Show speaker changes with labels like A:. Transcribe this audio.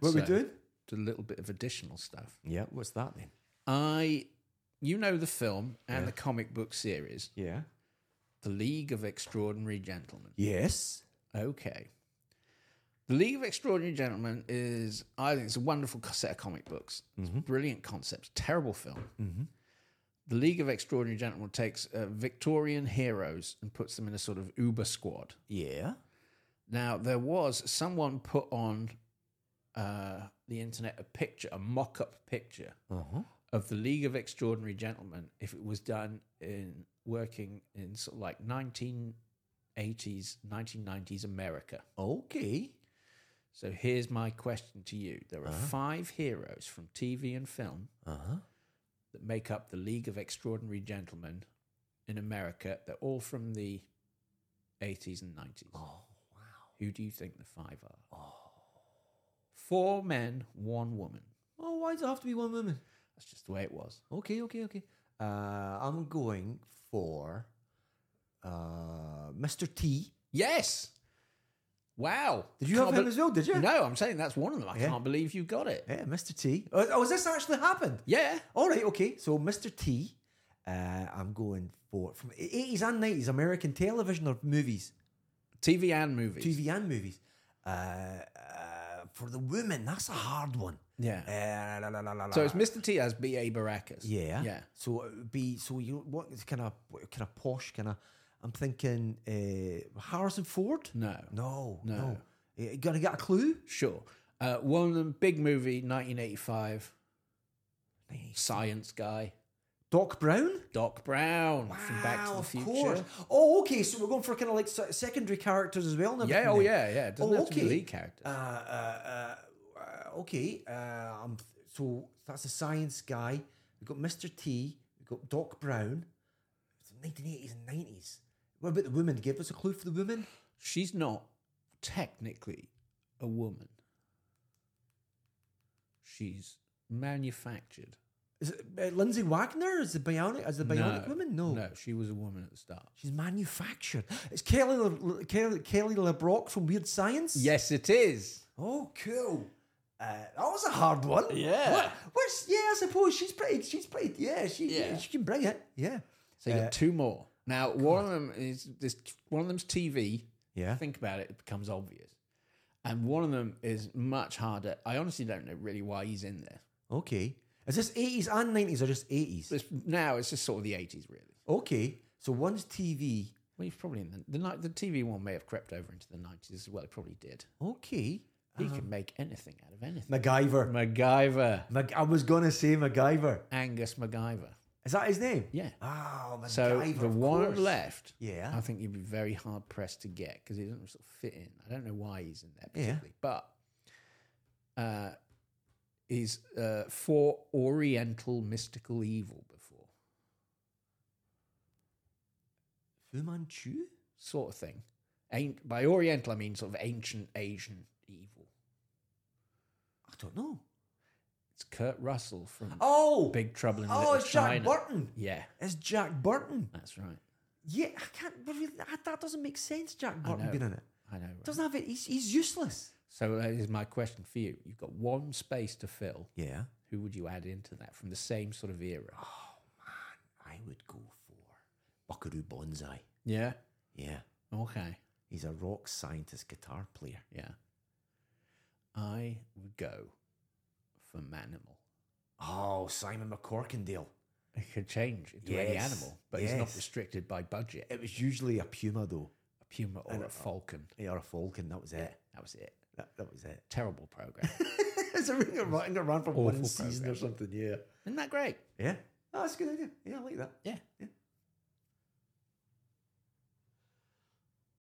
A: What
B: so
A: we doing?
B: Did a little bit of additional stuff.
A: Yeah, what's that then?
B: I, you know, the film and the comic book series,
A: Yeah.
B: The League of Extraordinary Gentlemen.
A: Yes.
B: Okay. The League of Extraordinary Gentlemen is, I think, it's a wonderful co- set of comic books. It's brilliant concepts. Terrible film. The League of Extraordinary Gentlemen takes uh, Victorian heroes and puts them in a sort of Uber squad.
A: Yeah.
B: Now there was someone put on uh, the internet a picture, a mock-up picture
A: Uh-huh.
B: of the League of Extraordinary Gentlemen if it was done in working in sort of like 1980s, 1990s America.
A: Okay.
B: So here's my question to you: There are five heroes from TV and film
A: Uh-huh.
B: that make up the League of Extraordinary Gentlemen in America. They're all from the 80s and 90s. Oh, wow. Oh. Who do you think the five are? Four men, one woman.
A: Oh, why does it have to be one woman?
B: That's just the way it was.
A: Okay, okay, okay. Uh, I'm going for uh, Mr. T.
B: Yes. Wow.
A: Did you have him as well, did you?
B: No, I'm saying that's one of them. I
A: Yeah.
B: can't believe you got it.
A: Yeah, Mr. T. Oh, oh, has this actually happened?
B: Yeah.
A: All right, okay. So Mr. T, uh, I'm going for from 80s and 90s American television or movies,
B: TV and movies.
A: TV and movies. Uh, uh, for the women, that's a hard one.
B: Yeah.
A: Uh, la, la, la, la, la.
B: So it's Mr. T as B.A. Baracus.
A: Yeah.
B: Yeah.
A: So it would be so you what kind of what kind of posh kind of I'm thinking uh, Harrison Ford.
B: No.
A: No.
B: No.
A: No. You you gotta get a clue.
B: Sure. Uh, one of them, big movie, 1985. Science guy.
A: Doc Brown.
B: Doc Brown from Back to
A: Wow,
B: the
A: of
B: Future.
A: course. Oh, okay. So we're going for kind of like se- secondary characters as well. and
B: Yeah,
A: everything
B: oh
A: then.
B: yeah, yeah. It doesn't
A: Oh,
B: have to be
A: okay.
B: lead character.
A: Uh, uh, uh, okay. Uh, I'm th- so that's a science guy. We've got Mr. T. We've got Doc Brown. It's the 1980s and 90s. What about the women? Give us a clue for the women.
B: She's not technically a woman. She's manufactured.
A: Is it uh, Lindsay Wagner? Is the bionic? Is the bionic woman? No.
B: No, she was a woman at the start.
A: She's manufactured. It's Kelly Le- Le- Kelly Kelly LeBrock from Weird Science.
B: Yes, it is.
A: Oh, cool. Uh, that was a hard one.
B: Yeah.
A: What, what's, yeah, I suppose she's pretty. She's pretty. Yeah, she. Yeah.
B: Yeah.
A: she can bring it. Yeah.
B: So you
A: Uh,
B: got two more. Now, one of them is this. One of them's TV.
A: Yeah.
B: Think about it; it becomes obvious. And one of them is much harder. I honestly don't know really why he's in there.
A: Uh, Okay. Is this eighties and nineties or just eighties?
B: It's, now it's just sort of the eighties, really.
A: Okay. So one's TV.
B: Well, he's probably in the, the ni- the TV one may have crept over into the nineties as well. It probably did.
A: Okay.
B: He can make anything out of anything.
A: MacGyver.
B: MacGyver,
A: Mac- I was gonna say MacGyver.
B: Angus MacGyver.
A: Is that his name?
B: Yeah.
A: Oh, MacGyver.
B: So the
A: of
B: one
A: course.
B: left,
A: Yeah.
B: I think you'd be very hard pressed to get because he doesn't sort of fit in. I don't know why he's in there
A: Yeah.
B: particularly, but uh, he's uh, for Oriental mystical evil before
A: Fu Manchu.
B: sort of thing. Ain- by Oriental, I mean sort of ancient Asian evil.
A: I don't know.
B: It's Kurt Russell from
A: Oh.
B: Big Trouble in
A: Oh,
B: Little
A: it's
B: China.
A: Jack Burton.
B: Yeah,
A: It's Jack Burton.
B: that's right.
A: Yeah, I can't. Really, that- that doesn't make sense. Jack Burton
B: know.
A: being in it
B: I know. Right?
A: doesn't have it. He's, he's useless.
B: So that is my question for you. You've got one space to fill.
A: Yeah,
B: Who would you add into that from the same sort of era?
A: Oh, I would go for Buckaroo Banzai.
B: Yeah.
A: Yeah,
B: Okay.
A: he's a rock scientist guitar player.
B: Yeah. I would go for Manimal.
A: Oh, Simon McCorkindale.
B: It could change into any
A: Yes,
B: animal, but it's not
A: yes.
B: restricted by budget.
A: It was usually a puma though,
B: A puma or
A: And
B: a
A: a-
B: falcon.
A: Yeah, or a falcon. That was it.
B: That was it.
A: That, that was it.
B: Terrible program.
A: it's a ring of running around for
B: Awful
A: one season
B: programme.
A: or something. Yeah,
B: Isn't that great?
A: yeah. Oh, that's a good idea. Yeah, I like that.
B: Yeah.
A: Yeah.